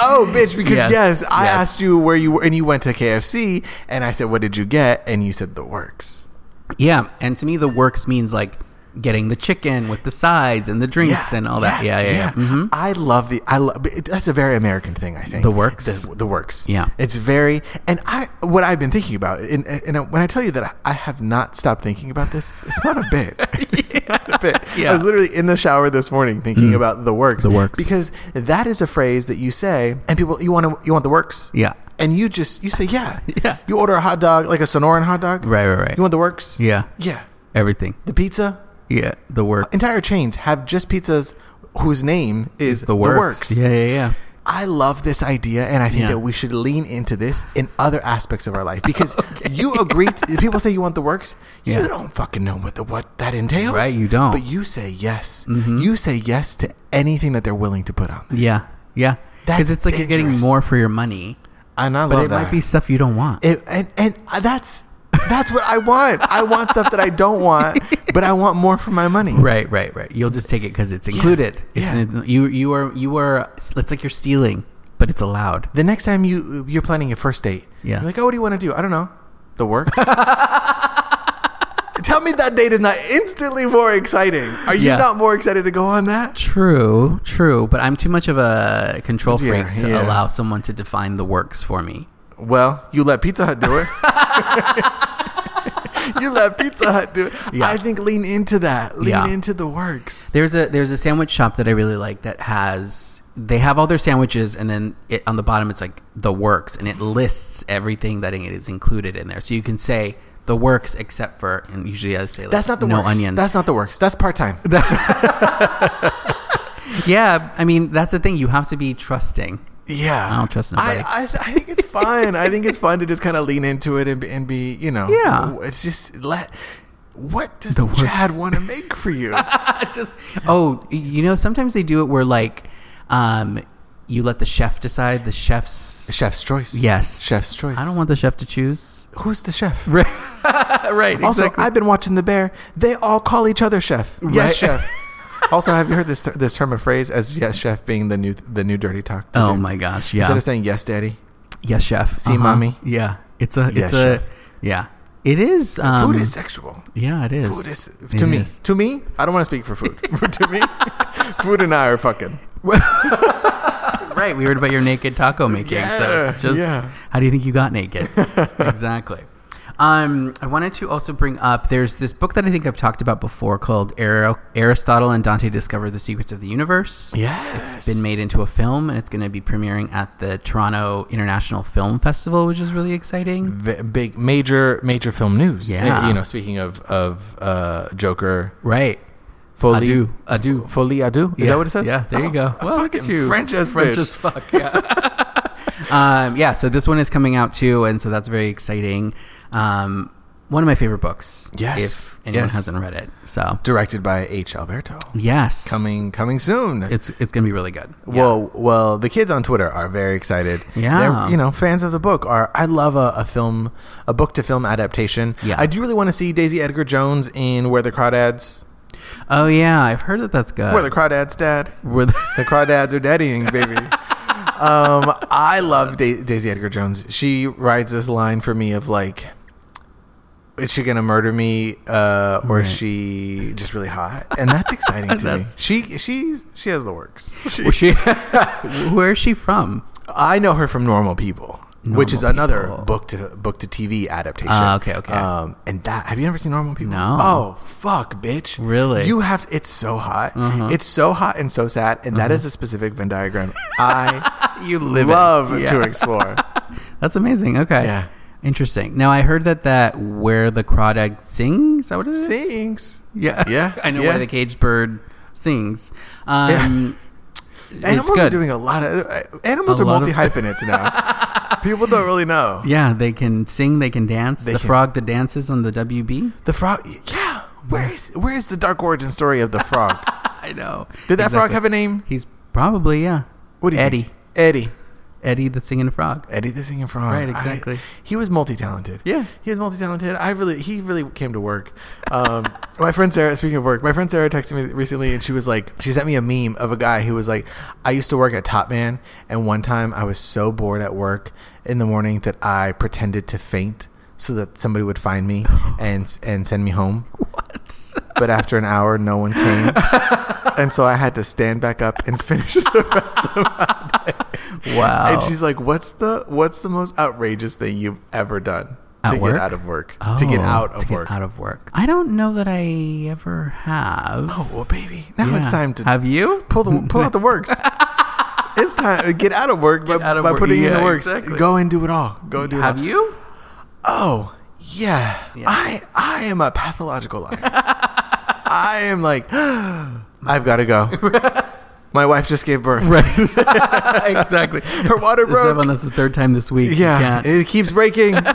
Speaker 2: Oh, bitch! Because <laughs> yes,
Speaker 1: Yes,
Speaker 2: I
Speaker 1: yes.
Speaker 2: asked you where you were, and you went to KFC, and I said, "What did you get?" And you said, "The works."
Speaker 1: <laughs> yeah, and to me, the works means like getting the chicken with the sides and the drinks <laughs> and all that. Yeah, yeah, yeah. hmm
Speaker 2: I love the. I love. That's a very American thing. I think
Speaker 1: The works?
Speaker 2: The, the works.
Speaker 1: Yeah.
Speaker 2: it's very. And I, what I've been thinking about, and, and when I tell you that I have not stopped thinking about this, it's not a
Speaker 1: <laughs>
Speaker 2: bit. <laughs> it's not a bit. I
Speaker 1: Yeah. Mm.
Speaker 2: was literally in the shower this morning thinking about the works.
Speaker 1: The works.
Speaker 2: because that is a phrase that you say, and people, you want to, you want the works.
Speaker 1: Yeah.
Speaker 2: And you just you say yeah.
Speaker 1: <laughs> Yeah.
Speaker 2: You order a hot dog, like a Sonoran hot dog.
Speaker 1: Right, right, right.
Speaker 2: You want the works?
Speaker 1: yeah,
Speaker 2: Yeah.
Speaker 1: everything.
Speaker 2: The pizza.
Speaker 1: Yeah, the works.
Speaker 2: Entire chains have just pizzas whose name is
Speaker 1: the works. Yeah, yeah, yeah.
Speaker 2: I love this idea, and I think
Speaker 1: Yeah.
Speaker 2: that we should lean into this in other aspects of
Speaker 1: <laughs>
Speaker 2: our life because you agree. To, people say you want the works.
Speaker 1: Yeah.
Speaker 2: You don't fucking know what the what that entails,
Speaker 1: Right, you don't. Mm-hmm.
Speaker 2: But you say yes. You say yes to anything that they're willing to put on. There.
Speaker 1: Yeah, yeah.
Speaker 2: That's
Speaker 1: Because it's like you're getting
Speaker 2: dangerous.
Speaker 1: more for your money,
Speaker 2: And I
Speaker 1: but
Speaker 2: love
Speaker 1: it
Speaker 2: that.
Speaker 1: might be stuff you don't want.
Speaker 2: It, and and that's that's what I want. I want stuff that I
Speaker 1: <laughs>
Speaker 2: don't want, but I want more for my money.
Speaker 1: right, right, right. You'll just take it because it's included. It's
Speaker 2: yeah.
Speaker 1: an- you you are you are. It's like you're stealing, but it's allowed.
Speaker 2: The next time you you're planning your first date,
Speaker 1: Yeah.
Speaker 2: you're like, oh, what do you want to do? I don't know. The works. <laughs> Tell me that date is not instantly more exciting. Are you
Speaker 1: Yeah.
Speaker 2: not more excited to go on that?
Speaker 1: True, true, but I'm too much of a control freak
Speaker 2: Yeah,
Speaker 1: to
Speaker 2: yeah.
Speaker 1: allow someone to define the works for me.
Speaker 2: Well, you let Pizza Hut do it. <laughs> you let Pizza Hut do it.
Speaker 1: Yeah.
Speaker 2: I think lean into that. Lean
Speaker 1: Yeah.
Speaker 2: into the works.
Speaker 1: There's a there's a sandwich shop that I really like that has they have all their sandwiches and then it, on the bottom it's like the works and it lists everything that it is included in there. So you can say the works except for and usually I say like,
Speaker 2: That's not the
Speaker 1: no
Speaker 2: works.
Speaker 1: onions.
Speaker 2: That's not the works. That's part time.
Speaker 1: <laughs> yeah, I mean that's the thing. You have to be trusting.
Speaker 2: Yeah,
Speaker 1: I don't trust nobody.
Speaker 2: I, I, I think it's fun. I think it's fun to just kind of lean into it and be, and be you know
Speaker 1: Yeah.
Speaker 2: It's just let. What does
Speaker 1: The works.
Speaker 2: Chad want to make for you?
Speaker 1: <laughs> Just oh, you know sometimes they do it where like um you let the chef decide the chef's
Speaker 2: <laughs> chef's choice.
Speaker 1: Yes.
Speaker 2: chef's choice.
Speaker 1: I don't want the chef to choose. <laughs>
Speaker 2: Who's the chef?
Speaker 1: Right. right.
Speaker 2: Also,
Speaker 1: exactly.
Speaker 2: I've been watching The Bear. They all call each other chef. Yes,
Speaker 1: Right. <laughs>
Speaker 2: chef. also, have you heard this this term of phrase as yes, chef being the new the new dirty talk? to
Speaker 1: oh
Speaker 2: do?
Speaker 1: my gosh. Yeah.
Speaker 2: Instead of saying yes, daddy,
Speaker 1: yes, chef. Uh-huh.
Speaker 2: See, mommy?
Speaker 1: Yeah. It's a, it's
Speaker 2: Yes,
Speaker 1: a,
Speaker 2: chef.
Speaker 1: yeah. It is. Um,
Speaker 2: food is sexual.
Speaker 1: Yeah, it is.
Speaker 2: Food is
Speaker 1: It
Speaker 2: to me.
Speaker 1: is.
Speaker 2: To me, I don't want to speak for food. <laughs>
Speaker 1: <laughs>
Speaker 2: to me, food and I are fucking.
Speaker 1: right. We heard about your naked taco making. so
Speaker 2: Yeah,
Speaker 1: it's just,
Speaker 2: yeah.
Speaker 1: how do you think you got
Speaker 2: <laughs>
Speaker 1: naked? exactly. Um, I wanted to also bring up there's this book that I think I've talked about before called Ar- Aristotle and Dante Discover the Secrets of the Universe.
Speaker 2: Yes,
Speaker 1: It's been made into a film and it's going to be premiering at the Toronto International Film Festival, which is really exciting.
Speaker 2: v- big major major film news.
Speaker 1: Yeah.
Speaker 2: Uh, you know, speaking of of uh, Joker,
Speaker 1: Right.
Speaker 2: Folie
Speaker 1: Ado. Ado.
Speaker 2: Folie Ado. Is
Speaker 1: Yeah.
Speaker 2: that what it says?
Speaker 1: Yeah, there you
Speaker 2: Oh,
Speaker 1: go.
Speaker 2: I'm
Speaker 1: well, look
Speaker 2: fucking
Speaker 1: at you.
Speaker 2: French as
Speaker 1: French
Speaker 2: bitch.
Speaker 1: as fuck.
Speaker 2: <laughs>
Speaker 1: Yeah. um, yeah. So this one is coming out too, and so that's very exciting. Um, one of my favorite books.
Speaker 2: Yes.
Speaker 1: If anyone
Speaker 2: Yes.
Speaker 1: hasn't read it. So,
Speaker 2: Directed by H. Alberto.
Speaker 1: yes.
Speaker 2: Coming coming soon.
Speaker 1: It's it's going to be really good. Yeah.
Speaker 2: Well, well, the kids on Twitter are very excited.
Speaker 1: Yeah.
Speaker 2: They're, you know, fans of the book are. I love a, a film, a book to film adaptation.
Speaker 1: Yeah.
Speaker 2: I do really want to see Daisy Edgar Jones in Where the Crawdads,
Speaker 1: Oh, yeah. I've heard that that's good. <laughs>
Speaker 2: Where the Crawdads Dad,
Speaker 1: Were
Speaker 2: <laughs>
Speaker 1: the-
Speaker 2: the Crawdads are daddying,
Speaker 1: <laughs>
Speaker 2: baby. um, I love da- Daisy Edgar Jones. She rides this line for me of like, is she gonna murder me, uh, or
Speaker 1: Right.
Speaker 2: is she just really hot? And
Speaker 1: <laughs>
Speaker 2: that's exciting to me.
Speaker 1: That's-
Speaker 2: She she she has the works. She-
Speaker 1: Was she- <laughs> where is she
Speaker 2: <laughs>
Speaker 1: from?
Speaker 2: I know her from Normal People, which is
Speaker 1: Normal
Speaker 2: another
Speaker 1: People.
Speaker 2: book to book to TV adaptation.
Speaker 1: Ah, okay, okay.
Speaker 2: Um, and that have you ever seen Normal People?
Speaker 1: No.
Speaker 2: Oh fuck, bitch.
Speaker 1: Really? Uh-huh.
Speaker 2: You have. To, it's so hot. It's so hot and so sad. And that is a specific Venn diagram I
Speaker 1: You live
Speaker 2: love
Speaker 1: it.
Speaker 2: to
Speaker 1: Yeah. <laughs>
Speaker 2: explore.
Speaker 1: That's amazing. Okay.
Speaker 2: Yeah.
Speaker 1: Interesting. Now I heard that that where the crawdad sings. Is that what it is?
Speaker 2: Sings.
Speaker 1: Yeah.
Speaker 2: Yeah,
Speaker 1: <laughs> I know
Speaker 2: yeah.
Speaker 1: where the caged bird sings. Um, It's
Speaker 2: <laughs> Animals are
Speaker 1: good.
Speaker 2: doing a lot of uh, animals
Speaker 1: A
Speaker 2: are
Speaker 1: lot of-
Speaker 2: multi hyphenates now.
Speaker 1: <laughs>
Speaker 2: People don't really know
Speaker 1: yeah, they can sing. They can dance.
Speaker 2: They
Speaker 1: the
Speaker 2: can-
Speaker 1: frog that dances on the
Speaker 2: <laughs>
Speaker 1: WB.
Speaker 2: the frog. Yeah. Where is where is the dark origin story of the frog?
Speaker 1: I know.
Speaker 2: Did that frog
Speaker 1: Exactly.
Speaker 2: have a name?
Speaker 1: He's probably yeah.
Speaker 2: What do you
Speaker 1: Eddie?
Speaker 2: think? Eddie.
Speaker 1: Eddie the singing
Speaker 2: <laughs>
Speaker 1: frog.
Speaker 2: Eddie the Singing Frog.
Speaker 1: Right,
Speaker 2: I-
Speaker 1: exactly.
Speaker 2: he was multi-talented.
Speaker 1: Yeah.
Speaker 2: he was multi-talented. I really, he really came to work. Um, <laughs> my friend Sarah. Speaking of work, my friend Sarah texted me recently, and she was like, she sent me a meme of a guy who was like, I used to work at Top Man, and one time I was so bored at work in the morning that I pretended to faint so that somebody would
Speaker 1: <laughs>
Speaker 2: find me and and send me home.
Speaker 1: What?
Speaker 2: But after an hour, no
Speaker 1: <laughs>
Speaker 2: one came, and so I had to stand back up and <laughs> finish the rest of my day.
Speaker 1: Wow.
Speaker 2: And she's like, "What's the what's the most outrageous thing you've ever done
Speaker 1: At
Speaker 2: to
Speaker 1: work?
Speaker 2: get out of work? to get
Speaker 1: Oh,
Speaker 2: out of
Speaker 1: to get
Speaker 2: work?
Speaker 1: out of work. I don't know that I ever have.
Speaker 2: oh, well, baby, now it's
Speaker 1: Yeah.
Speaker 2: time to
Speaker 1: have you
Speaker 2: <laughs> pull the pull out
Speaker 1: <laughs>
Speaker 2: the works. it's time to get out of work by,
Speaker 1: Get out of
Speaker 2: by
Speaker 1: work.
Speaker 2: putting in
Speaker 1: Yeah,
Speaker 2: the works.
Speaker 1: exactly.
Speaker 2: Go and do it all. Go do
Speaker 1: have
Speaker 2: it. all. <laughs>
Speaker 1: you?
Speaker 2: Oh yeah,
Speaker 1: Yeah.
Speaker 2: I I am a pathological liar. I am like, <gasps> I've got
Speaker 1: <laughs>
Speaker 2: to go. My wife just gave birth.
Speaker 1: Right. <laughs> exactly. Her
Speaker 2: water broke.
Speaker 1: that's the third time this week. You
Speaker 2: Yeah,
Speaker 1: can't-
Speaker 2: it keeps breaking. <laughs>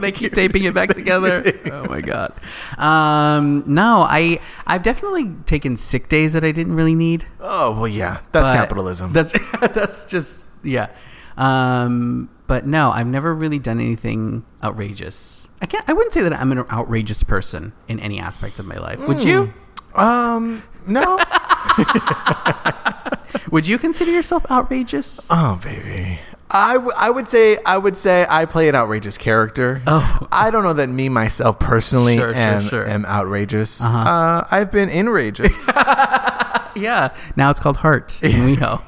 Speaker 1: they keep taping it back together. Oh my god. Um, no, I I've definitely taken sick days that I didn't really need.
Speaker 2: oh well, yeah, that's
Speaker 1: but
Speaker 2: capitalism.
Speaker 1: That's <laughs> that's just yeah. Um, but no, I've never really done anything outrageous. I can't. I wouldn't say that I'm an outrageous person in any aspect of my life. Would
Speaker 2: Hmm.
Speaker 1: you?
Speaker 2: um, no.
Speaker 1: Would you consider yourself
Speaker 2: <laughs>
Speaker 1: outrageous?
Speaker 2: Oh, baby. I, w- I would say I would say I play an outrageous character.
Speaker 1: Oh.
Speaker 2: <laughs> I don't know that me myself personally
Speaker 1: Sure, sure,
Speaker 2: am,
Speaker 1: sure. Uh-huh.
Speaker 2: am outrageous. uh I've been enrageous.
Speaker 1: Yeah. Now it's called Heart in
Speaker 2: <laughs>
Speaker 1: WeHo.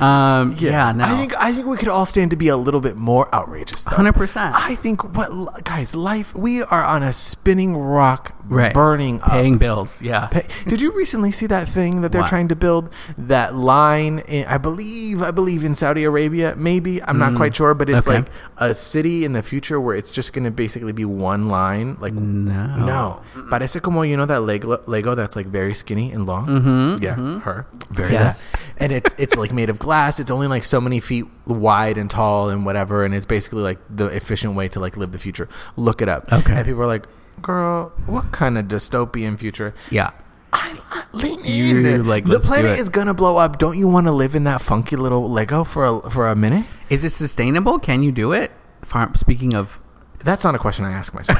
Speaker 1: um, <laughs> yeah. No.
Speaker 2: I think I think we could all stand to be a little bit more outrageous. though.
Speaker 1: 100%.
Speaker 2: I think what li- guys, life we are on a spinning rock,
Speaker 1: right.
Speaker 2: burning up.
Speaker 1: paying bills. Yeah.
Speaker 2: Hey, Did you recently see that thing that they're
Speaker 1: What?
Speaker 2: trying to build? That line, in, I believe, I believe in Saudi Arabia. Maybe I'm not quite sure, but it's
Speaker 1: Mm. okay.
Speaker 2: like a city in the future where it's just going to basically be one line. Like
Speaker 1: no.
Speaker 2: no, parece como you know that Lego, Lego that's like very skinny and long. Mm-hmm, yeah, her very
Speaker 1: Yes.
Speaker 2: that. and it's it's like made of glass. It's only like so many feet wide and tall and whatever. And it's basically like the efficient way to like live the future. Look it up.
Speaker 1: Okay.
Speaker 2: and people are like. Girl, what kind of dystopian future?
Speaker 1: Yeah.
Speaker 2: I I- lean
Speaker 1: You're
Speaker 2: in.
Speaker 1: like,
Speaker 2: the
Speaker 1: "Let's do
Speaker 2: planet
Speaker 1: it."
Speaker 2: is gonna blow up. Don't you want to live in that funky little Lego for a, for a minute?
Speaker 1: Is it sustainable? Can you do it? Farm, speaking of,
Speaker 2: That's not a question I
Speaker 1: <laughs>
Speaker 2: ask myself.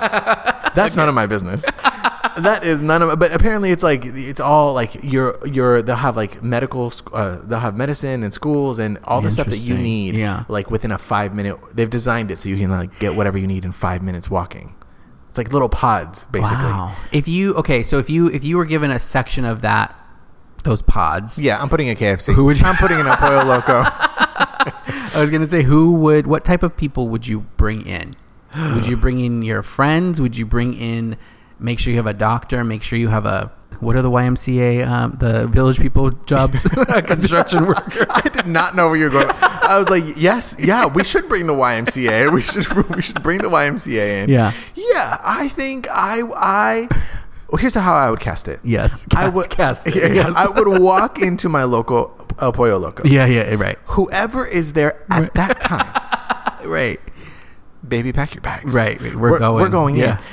Speaker 2: That's none of my business. that is none of. But apparently, it's like it's all like you're you're. They'll have like medical. sc- Uh, they'll have medicine and schools and all the stuff that you
Speaker 1: Interesting.
Speaker 2: need.
Speaker 1: Yeah.
Speaker 2: Like within a five minute, they've designed it so you can like get whatever you need in five minutes walking. It's like little pods, basically.
Speaker 1: wow. If you okay, so if you if you were given a section of that, those pods.
Speaker 2: Yeah, I'm putting a KFC.
Speaker 1: Who would you-
Speaker 2: I'm putting in a Pollo Loco.
Speaker 1: <laughs> I was gonna say, who would, what type of people would you bring in? Would you bring in your friends? Would you bring in? Make sure you have a doctor. Make sure you have a. What are the YMCA, um, the village people
Speaker 2: <laughs>
Speaker 1: jobs? <laughs> Construction worker.
Speaker 2: I did not know where you were going. I was like, yes, yeah, we should bring the YMCA. We should we should bring the YMCA in.
Speaker 1: Yeah.
Speaker 2: Yeah, I think I I well, here's how I would cast it.
Speaker 1: Yes,
Speaker 2: I
Speaker 1: cast-
Speaker 2: would
Speaker 1: cast it,
Speaker 2: <laughs> yeah, yeah.
Speaker 1: yes.
Speaker 2: I would walk into my local El
Speaker 1: <laughs>
Speaker 2: Pollo Loco.
Speaker 1: Yeah, yeah, right,
Speaker 2: Whoever is there at
Speaker 1: Right.
Speaker 2: that time.
Speaker 1: right.
Speaker 2: baby, pack your bags.
Speaker 1: Right, right, we're going.
Speaker 2: We're going
Speaker 1: Yeah.
Speaker 2: in.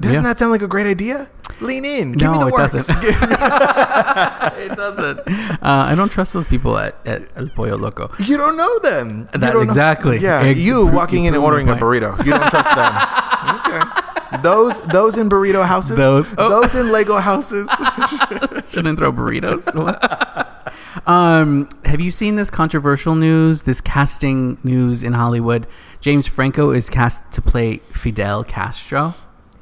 Speaker 2: Doesn't
Speaker 1: Yeah.
Speaker 2: that sound like a great idea? Lean in. Give me
Speaker 1: No,
Speaker 2: the
Speaker 1: it <laughs>
Speaker 2: works.
Speaker 1: doesn't.
Speaker 2: <laughs>
Speaker 1: it doesn't. Uh, I don't trust those people at, at El Pollo Loco.
Speaker 2: you don't know them. You
Speaker 1: That-
Speaker 2: don't know-
Speaker 1: exactly.
Speaker 2: Yeah,
Speaker 1: Ex-
Speaker 2: you
Speaker 1: pro-
Speaker 2: walking
Speaker 1: you
Speaker 2: in and
Speaker 1: proved
Speaker 2: ordering
Speaker 1: my
Speaker 2: a burrito. You don't
Speaker 1: <laughs>
Speaker 2: trust them. Okay. Those those in burrito houses.
Speaker 1: Those- oh.
Speaker 2: those in Lego
Speaker 1: <laughs>
Speaker 2: houses.
Speaker 1: Shouldn't throw burritos. <laughs> um, have you seen this controversial news? This casting news in Hollywood. James Franco is cast to play Fidel Castro.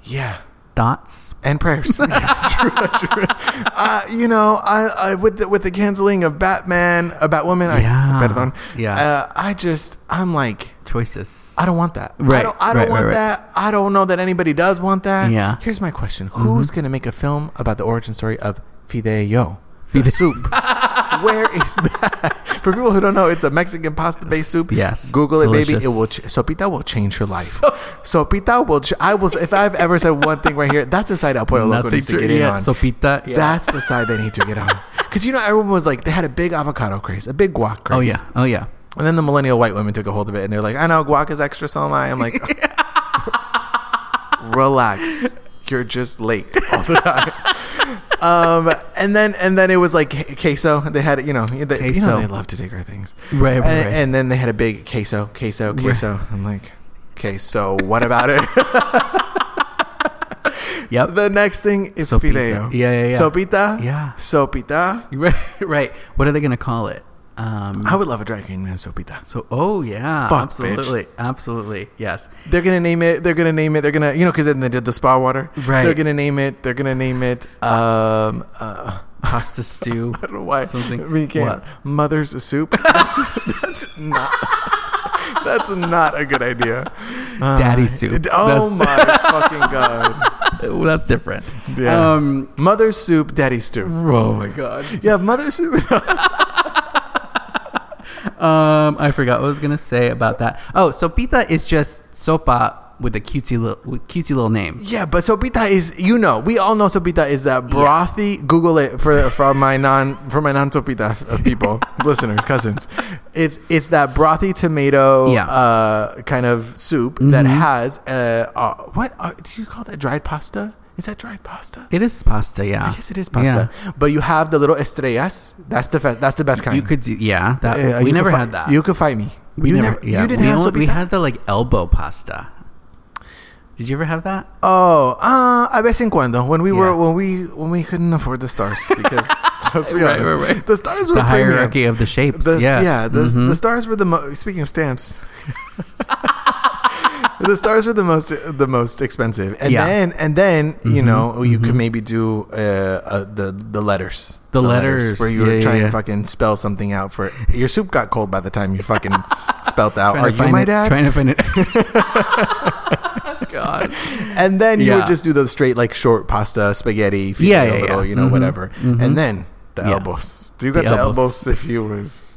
Speaker 2: yeah.
Speaker 1: Thoughts?
Speaker 2: and
Speaker 1: <laughs>
Speaker 2: prayers. Yeah, true, true. Uh, you know, I, I with the, with the canceling of Batman, uh, Batwoman, I,
Speaker 1: Yeah.
Speaker 2: Batathon,
Speaker 1: Yeah.
Speaker 2: Uh, I just, I'm like,
Speaker 1: Choices.
Speaker 2: I don't want that. I
Speaker 1: Right,
Speaker 2: don't, I don't
Speaker 1: right, right,
Speaker 2: want
Speaker 1: right.
Speaker 2: that. I don't know that anybody does want that.
Speaker 1: Yeah. Mm-hmm.
Speaker 2: Here's my question: Who's going to make a film about the origin story of fideo? The soup.
Speaker 1: <laughs>
Speaker 2: Where is that? For people who don't know, it's a Mexican pasta-based soup.
Speaker 1: Yes.
Speaker 2: Google it, baby.
Speaker 1: Delicious.
Speaker 2: It will. Ch- sopita will change your life. sopita will. Ch- I will. If I've ever said one thing right here, that's the side El Pollo Loco needs to
Speaker 1: true.
Speaker 2: get in
Speaker 1: yeah,
Speaker 2: on.
Speaker 1: Sopita. Yeah.
Speaker 2: That's the side they need to get on. Because you know, everyone was like, they had a big avocado craze, a big guac craze.
Speaker 1: oh yeah. Oh yeah.
Speaker 2: And then the millennial white women took a hold of it and they're like, I know guac is extra, so am I.
Speaker 1: <laughs>
Speaker 2: I'm like, relax. You're just late all the time. <laughs> um, and then and then it was like que- queso. They had you know they, you
Speaker 1: Queso.
Speaker 2: know they love to take our things.
Speaker 1: Right, right,
Speaker 2: And,
Speaker 1: right.
Speaker 2: and then they had a big queso, queso,
Speaker 1: Yeah.
Speaker 2: queso. I'm like, okay, so what
Speaker 1: <laughs>
Speaker 2: about it?
Speaker 1: Yep.
Speaker 2: the next thing is
Speaker 1: Sopita.
Speaker 2: fideo.
Speaker 1: Yeah, yeah, yeah.
Speaker 2: Sopita.
Speaker 1: Yeah.
Speaker 2: Sopita.
Speaker 1: <laughs> right. Right. What are they gonna call it? Um,
Speaker 2: I would love a drag queen named Sopita.
Speaker 1: so oh yeah.
Speaker 2: Fuck, bitch.
Speaker 1: absolutely. Absolutely. Yes.
Speaker 2: They're gonna name it. They're gonna name it. They're gonna, you know, because then they did the spa water.
Speaker 1: Right.
Speaker 2: They're gonna name it. They're gonna name it. Um. Uh,
Speaker 1: Pasta stew.
Speaker 2: <laughs> I don't know why.
Speaker 1: Something.
Speaker 2: We can't.
Speaker 1: What? <laughs>
Speaker 2: Mother's soup. That's, that's not. That's not a good idea. Uh,
Speaker 1: Daddy soup.
Speaker 2: d- Oh my fucking god.
Speaker 1: Well, that's different.
Speaker 2: Yeah.
Speaker 1: Um,
Speaker 2: Mother's soup. Daddy stew.
Speaker 1: oh my god.
Speaker 2: You have mother's soup.
Speaker 1: Um, I forgot what I was gonna say about that. Oh, so pita is just sopa with a cutesy little with cutesy little name.
Speaker 2: Yeah, but sopita is you know we all know sopita is that brothy. Google it for for my non for my non sopita f- uh,
Speaker 1: <laughs>
Speaker 2: people listeners cousins. It's it's that brothy tomato
Speaker 1: Yeah. Mm-hmm.
Speaker 2: uh, kind of soup that has uh, uh what uh, do you call that dried pasta? Is that dried pasta?
Speaker 1: It is pasta, yeah.
Speaker 2: I guess it is pasta, but you have the little estrellas. That's the fe- that's the best
Speaker 1: Yeah.
Speaker 2: kind.
Speaker 1: You could, do, yeah. That
Speaker 2: Uh,
Speaker 1: we
Speaker 2: you
Speaker 1: never
Speaker 2: could fi-
Speaker 1: had that.
Speaker 2: You could find me.
Speaker 1: we
Speaker 2: you
Speaker 1: never.
Speaker 2: nev-
Speaker 1: yeah.
Speaker 2: You
Speaker 1: we,
Speaker 2: didn't have
Speaker 1: only-
Speaker 2: sopita.
Speaker 1: we had the like elbow pasta. Did you ever have that?
Speaker 2: Oh, uh, a vez en cuando when we
Speaker 1: Yeah.
Speaker 2: were when we when we couldn't afford the stars
Speaker 1: <laughs>
Speaker 2: because let's be
Speaker 1: Right,
Speaker 2: honest,
Speaker 1: right, right.
Speaker 2: the stars were
Speaker 1: The
Speaker 2: premium.
Speaker 1: hierarchy of the shapes.
Speaker 2: The-
Speaker 1: yeah.
Speaker 2: the,
Speaker 1: Mhm.
Speaker 2: the stars were the mo- speaking of stamps. <laughs> the stars were the most the most expensive, and
Speaker 1: Yeah. Mm-hmm.
Speaker 2: then and then you know you could maybe do uh, uh, the the letters,
Speaker 1: The letters,
Speaker 2: where you
Speaker 1: yeah,
Speaker 2: were
Speaker 1: yeah,
Speaker 2: trying
Speaker 1: yeah.
Speaker 2: to fucking spell something out for your soup got cold by the time you fucking <laughs> spelled out.
Speaker 1: Trying
Speaker 2: Are
Speaker 1: to
Speaker 2: you
Speaker 1: find
Speaker 2: my
Speaker 1: it,
Speaker 2: dad?
Speaker 1: Trying to find
Speaker 2: <laughs>
Speaker 1: it. <laughs> God.
Speaker 2: and then you
Speaker 1: Yeah.
Speaker 2: would just do the straight like short pasta spaghetti fideo,
Speaker 1: Yeah, yeah, yeah.
Speaker 2: little, you know
Speaker 1: Mhm,
Speaker 2: whatever and then the
Speaker 1: Yeah.
Speaker 2: elbows you got
Speaker 1: The
Speaker 2: the,
Speaker 1: elbows.
Speaker 2: elbows. if
Speaker 1: <laughs>
Speaker 2: you was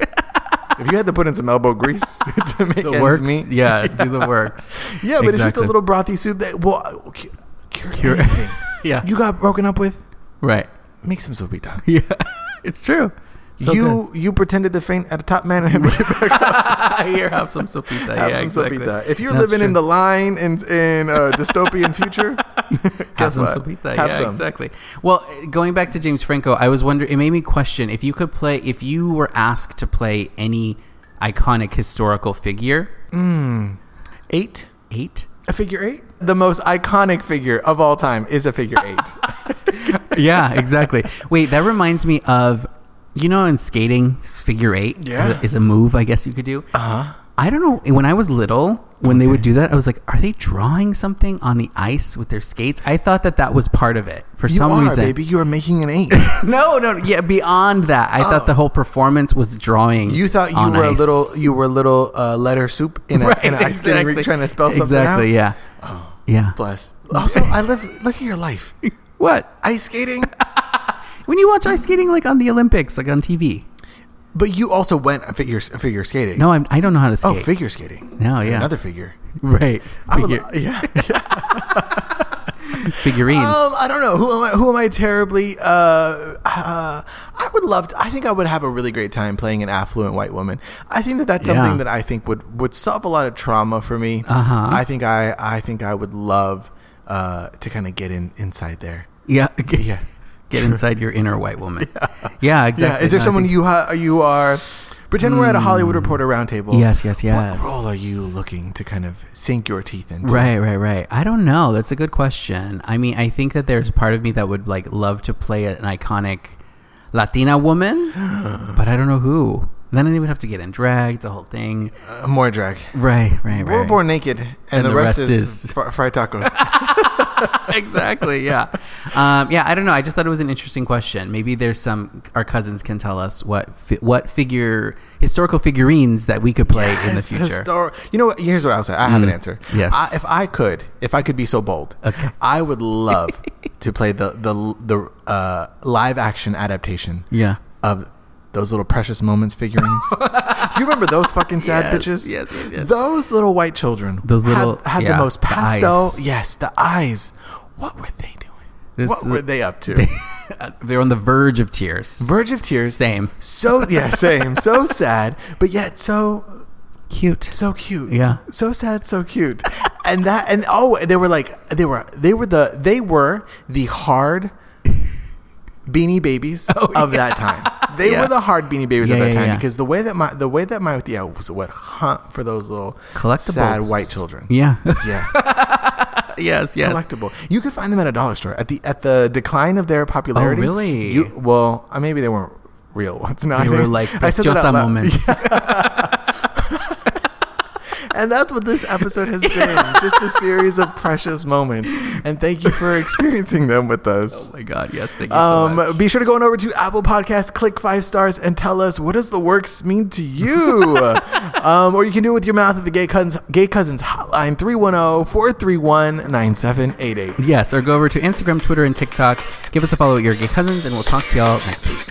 Speaker 2: if you had to put in some elbow grease <laughs> to make
Speaker 1: The
Speaker 2: ends
Speaker 1: works.
Speaker 2: meet <laughs>
Speaker 1: Yeah. Do the works.
Speaker 2: yeah but it's just a
Speaker 1: Exactly.
Speaker 2: little brothy soup that well uh, cu- cure,
Speaker 1: Cure- <laughs>
Speaker 2: anything.
Speaker 1: Yeah.
Speaker 2: you got broken up with
Speaker 1: right.
Speaker 2: make some sopita
Speaker 1: Yeah. <laughs> It's true. So good.
Speaker 2: you you pretended to faint at a top man and had to
Speaker 1: <laughs>
Speaker 2: <laughs> get back up.
Speaker 1: Here, have some sopita.
Speaker 2: Have
Speaker 1: yeah,
Speaker 2: some
Speaker 1: exactly.
Speaker 2: sopita. If you're
Speaker 1: That's
Speaker 2: living in
Speaker 1: true.
Speaker 2: the line in in uh, dystopian future,
Speaker 1: <laughs> have
Speaker 2: guess
Speaker 1: some
Speaker 2: what?
Speaker 1: sopita.
Speaker 2: Have
Speaker 1: yeah,
Speaker 2: some.
Speaker 1: exactly. Well, eh, going back to James Franco, I was wondering. It made me question if you could play, if you were asked to play any iconic historical figure.
Speaker 2: Hmm. Eight
Speaker 1: Eight.
Speaker 2: A figure eight? The most iconic figure of all time is a <laughs> figure eight.
Speaker 1: yeah, exactly. Wait, that reminds me of you know in skating figure eight
Speaker 2: Yeah. Uh-huh.
Speaker 1: is a move I guess you could do.
Speaker 2: huh.
Speaker 1: I don't know. When I was little, when they would do that, I was like, "Are they drawing something on the ice with their skates?" I thought that that was part of it for
Speaker 2: You
Speaker 1: some
Speaker 2: are,
Speaker 1: reason.
Speaker 2: baby. You are making an eight.
Speaker 1: <laughs> No, no, yeah. Beyond that, I thought the whole performance was drawing.
Speaker 2: Oh. You thought you
Speaker 1: on
Speaker 2: were
Speaker 1: ice.
Speaker 2: a
Speaker 1: <laughs>
Speaker 2: little. You were a little uh, letter soup in a,
Speaker 1: Right,
Speaker 2: in an ice skating rink
Speaker 1: exactly.
Speaker 2: trying to spell something
Speaker 1: Exactly.
Speaker 2: out. Oh.
Speaker 1: Yeah. Yeah.
Speaker 2: Bless. Also, I live. Look at your
Speaker 1: <laughs>
Speaker 2: life.
Speaker 1: What?
Speaker 2: Ice skating.
Speaker 1: When you watch ice skating, like on the Olympics, like on TV.
Speaker 2: But you also went figure figure skating.
Speaker 1: No, I'm, I don't know how to skate.
Speaker 2: Oh, figure skating.
Speaker 1: No, yeah.
Speaker 2: Another figure.
Speaker 1: right. <laughs>
Speaker 2: I would,
Speaker 1: Figure-
Speaker 2: yeah. yeah.
Speaker 1: figurines.
Speaker 2: Um, I don't know who am I. Who am I terribly? Uh, uh, I would love. To, I think I would have a really great time playing an affluent white woman. I think that that's
Speaker 1: Yeah.
Speaker 2: something that I think would would solve a lot of trauma for me.
Speaker 1: Uh-huh.
Speaker 2: I think I I think I would love uh, to kind of get in inside there.
Speaker 1: <laughs>
Speaker 2: <laughs>
Speaker 1: yeah.
Speaker 2: Yeah.
Speaker 1: Get inside your inner white woman. Yeah,
Speaker 2: <laughs> Yeah.
Speaker 1: exactly.
Speaker 2: Is there
Speaker 1: No, I
Speaker 2: someone
Speaker 1: think-
Speaker 2: you ha- you are? Pretend we're at a Hollywood Reporter roundtable.
Speaker 1: Yes, yes, yes.
Speaker 2: What role are you looking to kind of sink your teeth into?
Speaker 1: Right, right, right. I don't know. That's a good question. I mean, I think that there's part of me that would like love to play an iconic Latina
Speaker 2: <gasps>
Speaker 1: woman, but I don't know who. Then I would have to get in drag. It's a whole thing.
Speaker 2: Uh, more drag.
Speaker 1: Right, right, right.
Speaker 2: We're born naked, and, the, rest, is,
Speaker 1: is-
Speaker 2: fr- fried tacos.
Speaker 1: exactly. Yeah. Um, yeah. I don't know. I just thought it was an interesting question. Maybe there's some our cousins can tell us what fi- what figure historical figurines that we could play in the
Speaker 2: Yes,
Speaker 1: future.
Speaker 2: histor- you know what? Here's what I'll say. I have an
Speaker 1: Mm.
Speaker 2: answer.
Speaker 1: Yes.
Speaker 2: I, if I could, if I could be so bold,
Speaker 1: Okay.
Speaker 2: I
Speaker 1: <laughs>
Speaker 2: would love to play the the the uh, live action adaptation
Speaker 1: yeah. <laughs>
Speaker 2: of those little precious moments figurines. you remember those fucking sad
Speaker 1: Yes,
Speaker 2: bitches?
Speaker 1: yes, yes, yes.
Speaker 2: Those little white children.
Speaker 1: Those
Speaker 2: had-
Speaker 1: little-
Speaker 2: had,
Speaker 1: yeah,
Speaker 2: the most
Speaker 1: the eyes.
Speaker 2: pastel. yes, the eyes. What were they doing?
Speaker 1: This-
Speaker 2: what were they up
Speaker 1: <laughs>
Speaker 2: to?
Speaker 1: They're on the verge of tears.
Speaker 2: Verge of tears.
Speaker 1: Same.
Speaker 2: So yeah,
Speaker 1: <laughs>
Speaker 2: same. so sad, but yet so
Speaker 1: Cute.
Speaker 2: so cute.
Speaker 1: Yeah.
Speaker 2: So sad, so cute. <laughs> and that and oh, they were like they were they were the they were the hard beanie babies
Speaker 1: <laughs>
Speaker 2: of that time. They
Speaker 1: Oh, Yeah.
Speaker 2: were the hard beanie babies of
Speaker 1: Yeah,
Speaker 2: that
Speaker 1: yeah,
Speaker 2: time
Speaker 1: yeah.
Speaker 2: because the way that my the way that my yeah was what hunt for those little
Speaker 1: Collectibles.
Speaker 2: sad white children. <laughs>
Speaker 1: Yeah.
Speaker 2: Yeah,
Speaker 1: yes. Yes.
Speaker 2: collectible. You could find them at a dollar store. At the at the decline of their popularity.
Speaker 1: Oh, really?
Speaker 2: You, well, uh, maybe they weren't real ones. No, I
Speaker 1: they were
Speaker 2: think-
Speaker 1: like
Speaker 2: I said that out
Speaker 1: preciosa
Speaker 2: loud.
Speaker 1: moments.
Speaker 2: <laughs> And that's what this
Speaker 1: <laughs>
Speaker 2: episode has been just a series of precious moments. And thank you for experiencing them with us.
Speaker 1: Oh my god. Yes. Thank you so much.
Speaker 2: Um, be sure to go on over to Apple Podcasts, click five stars, and tell us what does the works mean to you.
Speaker 1: <laughs>
Speaker 2: um, or you can do it with your mouth at the Gay Cousins, Gay Cousins Hotline 310 431 9788.
Speaker 1: Yes, or go over to Instagram, Twitter, and TikTok. Give us a follow at your gay cousins, and we'll talk to y'all next week.